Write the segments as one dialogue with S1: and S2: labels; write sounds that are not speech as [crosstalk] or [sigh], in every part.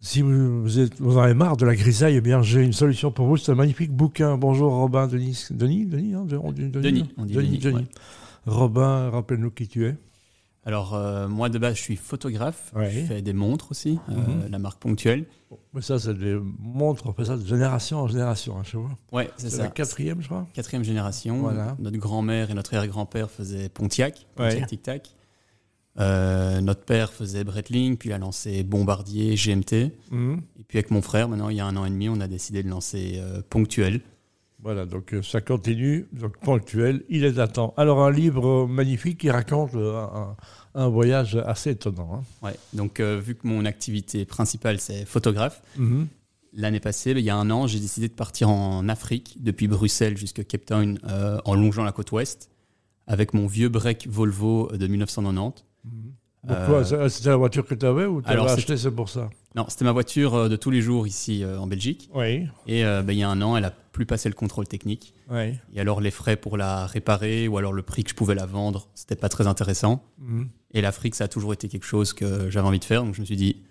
S1: Si vous, vous êtes, vous en avez marre de la grisaille, eh bien j'ai une solution pour vous. C'est un magnifique bouquin. Bonjour Robin Denis. Denis Denis hein, de- on dit
S2: Denis,
S1: non
S2: on dit
S1: Denis,
S2: Denis,
S1: Denis.
S2: ouais.
S1: Robin, rappelle-nous qui tu es.
S2: Alors, euh, moi, de base, je suis photographe.
S1: Ouais.
S2: Je fais des montres aussi, euh,
S1: Mhm.
S2: la marque Ponctuelle.
S1: Mais ça, c'est des montres, on fait ça de génération en génération, hein, je sais pas.
S2: Ouais, c'est
S1: C'est la
S2: ça.
S1: quatrième, je crois.
S2: Quatrième génération.
S1: Voilà.
S2: Notre grand-mère et notre arrière-grand-père faisaient Pontiac,
S1: Ouais.
S2: Pontiac Tic-Tac. Euh, notre père faisait Breitling, puis il a lancé Bombardier, GMT.
S1: Mhm.
S2: Et puis avec mon frère, maintenant, il y a un an et demi, on a décidé de lancer euh, Ponctuel.
S1: Voilà, donc euh, ça continue, donc ponctuel, il est à temps. Alors un livre euh, magnifique qui raconte euh, un, un voyage assez étonnant. hein.
S2: Ouais. Donc, euh, vu que mon activité principale, c'est photographe,
S1: Mhm.
S2: l'année passée, ben, il y a un an, j'ai décidé de partir en Afrique, depuis Bruxelles jusqu'à Cape Town, euh, en longeant la côte ouest, avec mon vieux break Volvo de 1990.
S1: Donc
S2: Euh,
S1: quoi, ça- c'était la voiture que tu avais ou tu
S2: alors,
S1: l'as
S2: c'est-
S1: acheté, c'est pour ça
S2: Non, c'était ma voiture euh, de tous les jours ici euh, en Belgique.
S1: Oui,
S2: Et euh, ben, il y a un an, elle a plus passé le contrôle technique.
S1: oui.
S2: Et alors, les frais pour la réparer ou alors le prix que je pouvais la vendre, c'était pas très intéressant.
S1: Mhm.
S2: Et l'Afrique, ça a toujours été quelque chose que j'avais envie de faire. Donc, je me suis dit,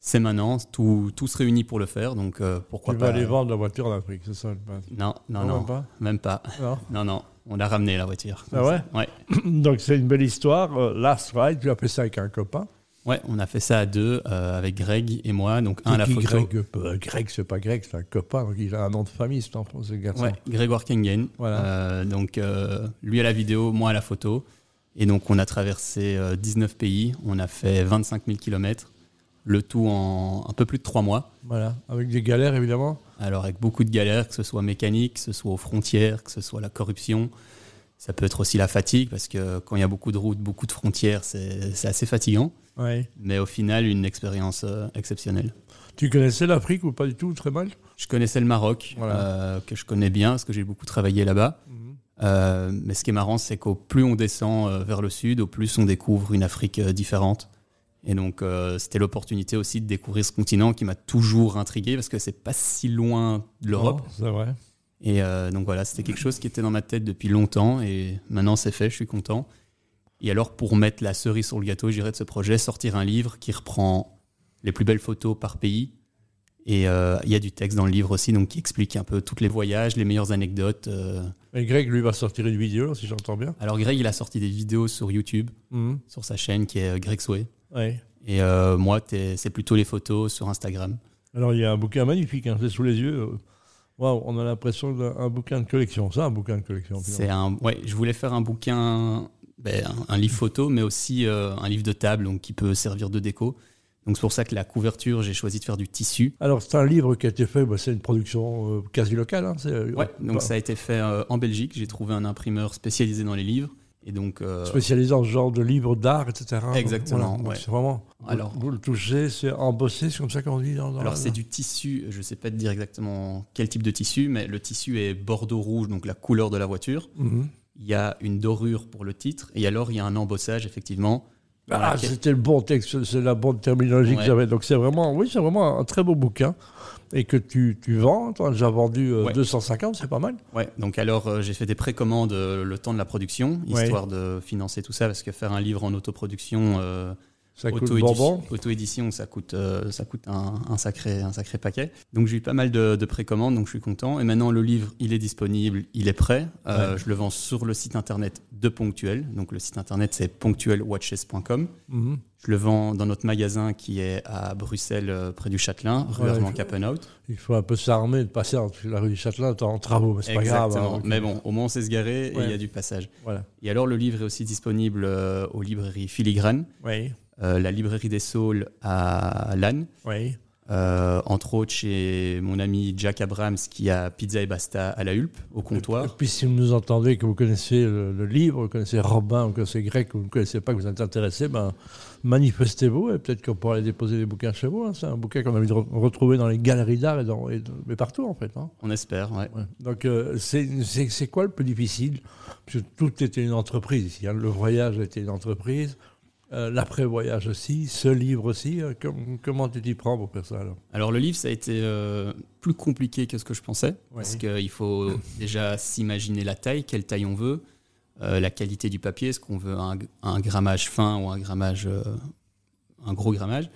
S2: c'est maintenant, tout, tout se réunit pour le faire. Donc, euh, pourquoi
S1: Tu vas
S2: pas.
S1: aller vendre la voiture en Afrique, c'est ça le point.
S2: Non, non,
S1: Non,
S2: non.
S1: même pas
S2: Même pas.
S1: Non.
S2: Non, non. On l'a ramené, la voiture.
S1: Ah ouais
S2: Ouais.
S1: [coughs] Donc c'est une belle histoire. Euh, Last Ride, tu as fait ça avec un copain.
S2: Ouais, on a fait ça à deux, euh, avec Greg et moi. Donc, un à la
S1: Qui,
S2: photo.
S1: Greg, euh, Greg, c'est pas Greg, c'est un copain, donc il a un nom de famille, cet enfant, ce garçon.
S2: Ouais, Grégoire Kengen.
S1: Voilà.
S2: Euh, donc, euh, lui à la vidéo, moi à la photo. Et donc, on a traversé euh, 19 pays. On a fait 25 000 km. Le tout en un peu plus de trois mois.
S1: Voilà, avec des galères évidemment.
S2: Alors avec beaucoup de galères, que ce soit mécanique, que ce soit aux frontières, que ce soit la corruption, ça peut être aussi la fatigue, parce que quand il y a beaucoup de routes, beaucoup de frontières, c'est c'est assez fatigant,
S1: Ouais.
S2: mais au final une expérience euh, exceptionnelle.
S1: Tu connaissais l'Afrique ou pas du tout, très mal
S2: Je connaissais le Maroc,
S1: Voilà.
S2: euh, que je connais bien, parce que j'ai beaucoup travaillé là-bas,
S1: Mhm.
S2: Euh, mais ce qui est marrant, c'est qu'au plus on descend euh, vers le sud, au plus on découvre une Afrique euh, différente. Et donc euh, c'était l'opportunité aussi de découvrir ce continent qui m'a toujours intrigué, parce que c'est pas si loin de l'Europe.
S1: Non, C'est vrai.
S2: Et euh, donc voilà, c'était quelque chose qui était dans ma tête depuis longtemps et maintenant c'est fait, je suis content. Et alors pour mettre la cerise sur le gâteau, j'irai de ce projet sortir un livre qui reprend les plus belles photos par pays. Et euh, il y a du texte dans le livre aussi, donc qui explique un peu tous les voyages, les meilleures anecdotes. euh.
S1: Et Greg, lui, va sortir une vidéo, si j'entends bien.
S2: Alors Greg, il a sorti des vidéos sur YouTube,
S1: Mhm.
S2: sur sa chaîne qui est euh, Greg Sway.
S1: Ouais.
S2: Et euh, moi, t'es- c'est plutôt les photos sur Instagram.
S1: Alors, il y a un bouquin magnifique, hein, c'est sous les yeux. Waouh, on a l'impression d'un un bouquin de collection. Ça, un bouquin de collection. finalement.
S2: C'est un, ouais, je voulais faire un bouquin, ben, un, un livre photo, mais aussi euh, un livre de table, donc qui peut servir de déco. Donc c'est pour ça que la couverture, j'ai choisi de faire du tissu.
S1: Alors, c'est un livre qui a été fait, bah, c'est une production euh, quasi locale. hein, c'est, euh,
S2: Ouais, donc
S1: pas-
S2: ça a été fait euh, en Belgique. J'ai trouvé un imprimeur spécialisé dans les livres, et donc euh,
S1: spécialisé dans ce genre de livres d'art, etc.
S2: Exactement,
S1: donc
S2: ouais.
S1: C'est vraiment. Alors,
S2: Alors-
S1: vous, le touchez, c'est embossé, c'est comme ça qu'on dit. Dans, dans
S2: alors
S1: la-
S2: c'est du tissu. Je sais pas te dire exactement quel type de tissu, mais le tissu est bordeaux rouge, donc la couleur de la voiture.
S1: Mhm.
S2: Il y a une dorure pour le titre, et alors il y a un embossage effectivement. dans
S1: Ah,
S2: laquelle-
S1: c'était le bon texte, c'est la bonne terminologie que
S2: Ouais.
S1: j'avais. Donc c'est vraiment, oui, c'est vraiment un très beau bouquin et que tu, tu vends. Tu as déjà vendu euh,
S2: Ouais.
S1: 250, c'est pas mal.
S2: Ouais, donc alors euh, j'ai fait des précommandes euh, le temps de la production,
S1: Ouais.
S2: histoire de financer tout ça, parce que faire un livre en autoproduction, euh,
S1: Ça coûte
S2: auto-édi-
S1: bonbon.
S2: auto-édition, ça coûte, euh, ça coûte un, un sacré, un sacré paquet. Donc j'ai eu pas mal de, de précommandes, donc je suis content. Et maintenant le livre, il est disponible, il est prêt. Euh, Je le vends sur le site internet de Ponctuel. Donc le site internet c'est ponctuelwatches.com.
S1: Mhm.
S2: Je le vends dans notre magasin qui est à Bruxelles, euh, près du Châtelain, rue
S1: Ouais,
S2: Herman
S1: je-
S2: Capenhout.
S1: Il faut un peu s'armer de passer entre la rue du Châtelain t'es en travaux, mais c'est pas grave.
S2: Exactement.
S1: hein.
S2: Mais bon, au moins on s'est se garer et
S1: Ouais.
S2: il y a du passage.
S1: Voilà.
S2: Et alors, le livre est aussi disponible euh, aux librairies Filigrane,
S1: Oui,
S2: euh, la librairie des Saules à Lannes,
S1: oui.
S2: euh, entre autres chez mon ami Jack Abrams qui a Pizza et Basta à la Hulpe, au
S1: Et
S2: comptoir.
S1: puis si vous nous entendez, que vous connaissez le, le livre, vous connaissez Robin, vous connaissez Grec, vous ne connaissez pas, que vous êtes intéressé, ben, manifestez-vous et peut-être qu'on pourra aller déposer des bouquins chez vous. hein. C'est un bouquin qu'on a envie de re- retrouver dans les galeries d'art et, dans- et de- mais partout en fait. hein.
S2: On espère, ouais.
S1: Ouais. Donc euh, c'est- c'est c'est quoi le plus difficile Parce que tout était une entreprise ici. hein. Le voyage était une entreprise, euh, l'après-voyage aussi, ce livre aussi. euh, com- comment tu t'y prends pour faire ça alors
S2: Alors, le livre, ça a été euh, plus compliqué que ce que je pensais, parce
S1: Ouais.
S2: qu'il faut déjà s'imaginer la taille, quelle taille on veut, euh, la qualité du papier, est-ce qu'on veut un, un grammage fin ou un grammage. euh, un gros grammage.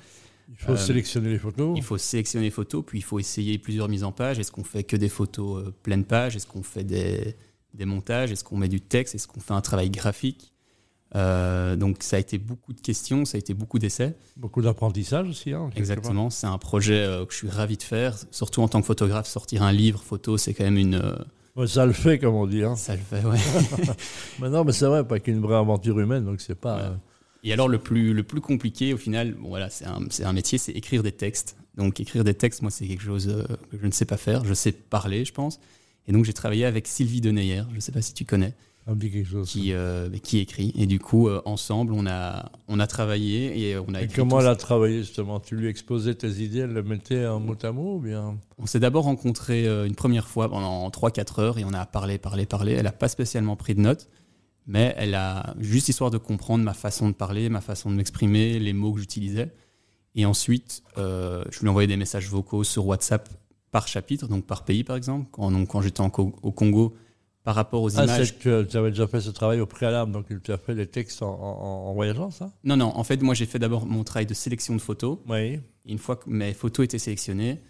S1: Il faut
S2: Euh,
S1: sélectionner les photos.
S2: Il faut sélectionner les photos, puis il faut essayer plusieurs mises en page. Est-ce qu'on fait que des photos euh, pleines pages Est-ce qu'on fait des, des montages Est-ce qu'on met du texte Est-ce qu'on fait un travail graphique Euh, Donc ça a été beaucoup de questions, ça a été beaucoup d'essais.
S1: Beaucoup d'apprentissage aussi. hein, quelque
S2: Exactement, c'est un projet euh, que je suis ravi de faire. Surtout en tant que photographe, sortir un livre photo, c'est quand même une... euh,
S1: part. Ouais, ça le fait, comme on dit. hein.
S2: ça le fait, ouais.
S1: Mais non, mais c'est vrai, pas qu'une vraie aventure humaine, donc c'est pas.
S2: Ouais.
S1: euh,
S2: Et alors, le plus, le plus compliqué, au final, bon, voilà, c'est un, c'est un métier, c'est écrire des textes. Donc, écrire des textes, moi, c'est quelque chose euh, que je ne sais pas faire. Je sais parler, je pense. Et donc, j'ai travaillé avec Sylvie Deneyer, je ne sais pas si tu connais,
S1: ça me dit quelque chose.
S2: qui, euh, qui écrit. Et du coup, euh, ensemble, on a, on a travaillé et euh, on a
S1: Et
S2: écrit
S1: comment
S2: tous-
S1: elle a travaillé justement Tu lui exposais tes idées, elle le mettait en mot à mot ou bien
S2: On s'est d'abord rencontrés euh, une première fois pendant 3-4 heures et on a parlé, parlé, parlé. Elle n'a pas spécialement pris de notes, mais elle a juste histoire de comprendre ma façon de parler, ma façon de m'exprimer, les mots que j'utilisais. Et ensuite, euh, je lui envoyais des messages vocaux sur WhatsApp par chapitre, donc par pays par exemple. Quand, donc, quand j'étais en Co- au Congo, par rapport aux
S1: Ah,
S2: images.
S1: c'est que tu avais déjà fait ce travail au préalable, donc tu as fait des textes en, en- en voyageant, ça
S2: Non, non, en fait, moi j'ai fait d'abord mon travail de sélection de photos.
S1: Oui.
S2: Et une fois que mes photos étaient sélectionnées,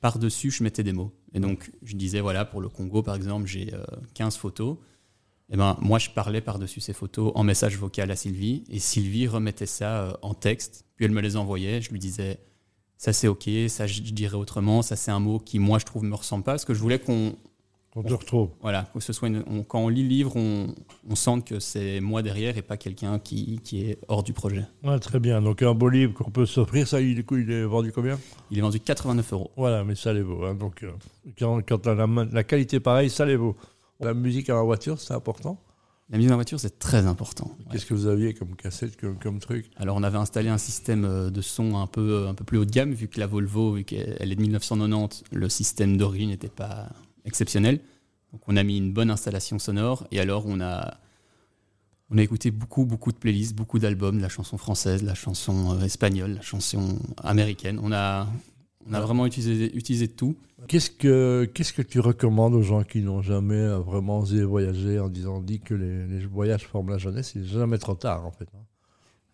S2: par-dessus, je mettais des mots. Et donc, je disais, voilà, pour le Congo, par exemple, j'ai euh, 15 photos. Et ben, moi, je parlais par-dessus ces photos en message vocal à Sylvie. Et Sylvie remettait ça euh, en texte. Puis elle me les envoyait. Je lui disais, ça c'est OK, ça je je dirais autrement, ça c'est un mot qui, moi, je trouve, me ressemble pas. Parce que je voulais qu'on.
S1: Qu'on te retrouve.
S2: Voilà, que ce soit une- on- quand on lit le livre, on, on sente que c'est moi derrière et pas quelqu'un qui, qui est hors du projet.
S1: Ouais, très bien. Donc un beau livre qu'on peut s'offrir, ça, il- du coup, il est vendu combien
S2: Il est vendu 89 euros.
S1: Voilà, mais ça les vaut. hein. Donc euh, quand, quand t'as la, main- la qualité pareille, ça les vaut. La musique à la voiture, c'est important.
S2: La mise en voiture, c'est très important. Ouais.
S1: Qu'est-ce que vous aviez comme cassette, comme, comme truc
S2: Alors on avait installé un système euh, de son un peu, un peu plus haut de gamme, vu que la Volvo, vu qu'elle elle est de 1990, le système d'origine n'était pas exceptionnel. Donc on a mis une bonne installation sonore, et alors on a, on a écouté beaucoup, beaucoup de playlists, beaucoup d'albums, de la chanson française, de la chanson euh, espagnole, de la chanson américaine. On a, on a vraiment utilisé, utilisé tout.
S1: Qu'est-ce que qu'est-ce que tu recommandes aux gens qui n'ont jamais euh, vraiment osé voyager en disant dit que les, les voyages forment la jeunesse Il n'est jamais trop tard en fait. hein.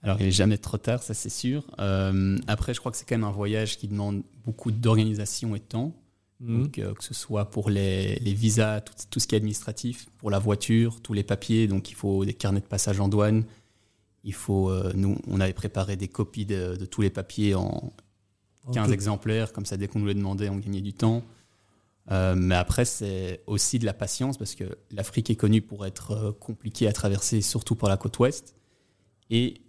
S2: Alors, il n'est jamais trop tard, ça c'est sûr. Euh, après, je crois que c'est quand même un voyage qui demande beaucoup d'organisation et de temps.
S1: Mmh.
S2: Donc, euh, que ce soit pour les, les visas, tout, tout ce qui est administratif, pour la voiture, tous les papiers. Donc, il faut des carnets de passage en douane. Il faut, euh, nous, on avait préparé des copies de, de tous les papiers en
S1: En
S2: 15
S1: tout-
S2: exemplaires. Comme ça, dès qu'on nous les demandait, on gagnait du temps. Euh, mais après, c'est aussi de la patience parce que l'Afrique est connue pour être euh, compliquée à traverser, surtout pour la côte ouest. Et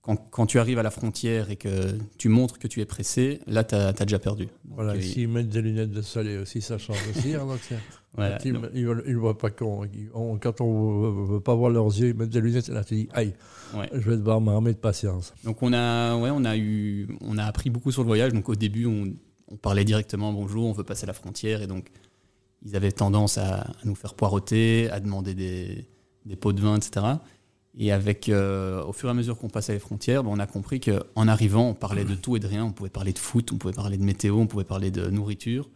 S2: quand, quand tu arrives à la frontière et que tu montres que tu es pressé, là, tu as, déjà perdu. Donc,
S1: Voilà,
S2: euh,
S1: s'ils mettent des lunettes de soleil aussi, ça change aussi. hein, donc c'est-
S2: voilà.
S1: quand ils ne voient pas qu'on. ils- on- quand on ne veut pas voir leurs yeux, ils mettent des lunettes et là tu dis aïe,
S2: Ouais.
S1: je vais devoir m'armer de patience.
S2: Donc on a, ouais, on a eu, on a appris beaucoup sur le voyage. Donc au début, on, on parlait directement bonjour, on veut passer la frontière, et donc ils avaient tendance à, à nous faire poireauter, à demander des, des pots de vin, etc. Et avec, euh, au fur et à mesure qu'on passait les frontières, ben, on a compris qu'en arrivant, on parlait de tout et de rien. On pouvait parler de foot, on pouvait parler de météo, on pouvait parler de nourriture.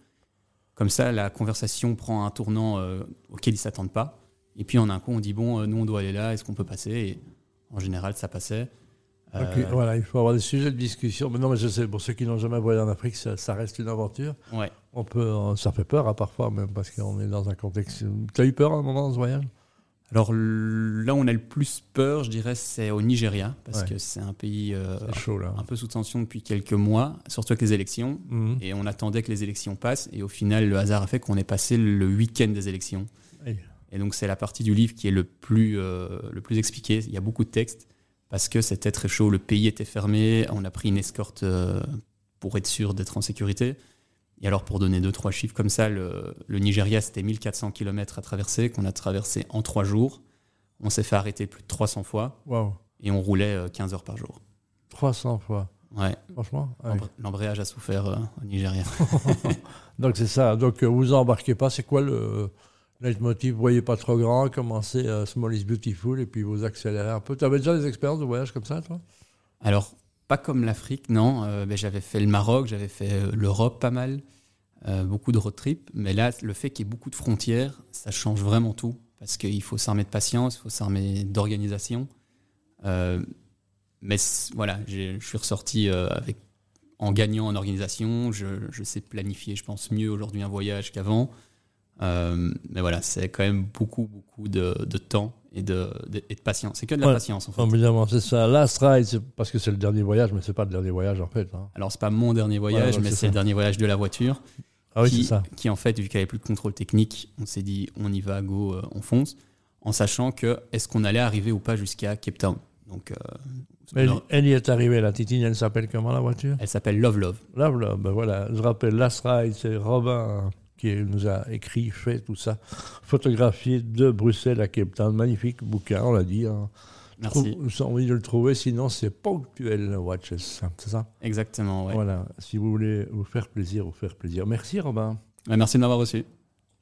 S2: Comme ça, la conversation prend un tournant euh, auquel ils ne s'attendent pas. Et puis en un coup, on dit bon, euh, nous on doit aller là, est-ce qu'on peut passer Et en général, ça passait.
S1: Donc,
S2: Euh,
S1: voilà, il faut avoir des sujets de discussion. Mais non, mais je sais, pour ceux qui n'ont jamais voyagé en Afrique, ça, ça reste une aventure.
S2: Ouais.
S1: On peut, euh, ça fait peur, à parfois, même parce qu'on est dans un contexte. T'as eu peur à un moment dans ce voyage
S2: Alors l- là, on a le plus peur, je dirais, c'est au Nigeria, parce
S1: Ouais.
S2: que c'est un pays euh,
S1: C'est chaud là.
S2: un peu sous tension depuis quelques mois, surtout avec les élections.
S1: Mhm.
S2: Et on attendait que les élections passent, et au final, le hasard a fait qu'on est passé le week-end des élections.
S1: Aïe.
S2: Et donc, c'est la partie du livre qui est le plus, euh, le plus expliquée. Il y a beaucoup de textes, parce que c'était très chaud, le pays était fermé, on a pris une escorte euh, pour être sûr d'être en sécurité. Et alors, pour donner deux, trois chiffres comme ça, le, le Nigeria, c'était 1400 km à traverser, qu'on a traversé en trois jours. On s'est fait arrêter plus de 300 fois
S1: Waouh,
S2: et on roulait euh, 15 heures par jour.
S1: 300 fois,
S2: Ouais,
S1: franchement. ouais.
S2: l'embr- l'embrayage a souffert euh, au Nigeria.
S1: Donc c'est ça. Donc euh, vous embarquez pas. C'est quoi le euh, leitmotiv Voyez pas trop grand. Commencez euh, Small is Beautiful et puis vous accélérez un peu. Tu avais déjà des expériences de voyage comme ça, toi
S2: Alors, pas comme l'Afrique, non. Euh, ben, j'avais fait le Maroc, j'avais fait euh, l'Europe pas mal, euh, beaucoup de road trip. Mais là, le fait qu'il y ait beaucoup de frontières, ça change vraiment tout. Parce qu'il faut s'armer de patience, il faut s'armer d'organisation. Euh, mais c- voilà, j'ai- je suis ressorti euh, avec en gagnant en organisation. Je, je sais planifier, je pense, mieux aujourd'hui un voyage qu'avant. Euh, mais voilà, c'est quand même beaucoup, beaucoup de, de temps et de, de- et de patience. C'est que de la
S1: Ouais.
S2: patience, en fait.
S1: Évidemment, c'est ça. Last Ride, c'est parce que c'est le dernier voyage, mais c'est pas le dernier voyage en fait. hein.
S2: Alors, c'est pas mon dernier voyage,
S1: ouais,
S2: mais
S1: c'est
S2: c'est le
S1: ça.
S2: dernier voyage de la voiture.
S1: Ah oui,
S2: qui,
S1: c'est ça.
S2: qui, en fait, vu qu'il n'y avait plus de contrôle technique, on s'est dit, on y va, go, euh, on fonce, en sachant que est-ce qu'on allait arriver ou pas jusqu'à Cape Town. Donc, euh,
S1: Mais elle,
S2: on a-
S1: elle y est arrivée, la Titine, elle s'appelle comment la voiture
S2: elle s'appelle Love Love.
S1: Là, voilà, ben voilà, je rappelle, Last Ride, c'est Robin qui nous a écrit, fait tout ça, photographié de Bruxelles à Cape Town. Magnifique bouquin, on l'a dit. hein.
S2: Merci.
S1: Trouve- J'ai envie de le trouver, sinon c'est ponctuel, Watches. C'est ça
S2: Exactement, ouais.
S1: Voilà, si vous voulez vous faire plaisir, vous faire plaisir. Merci Robin.
S2: Ouais, Bah, Merci de m'avoir reçu.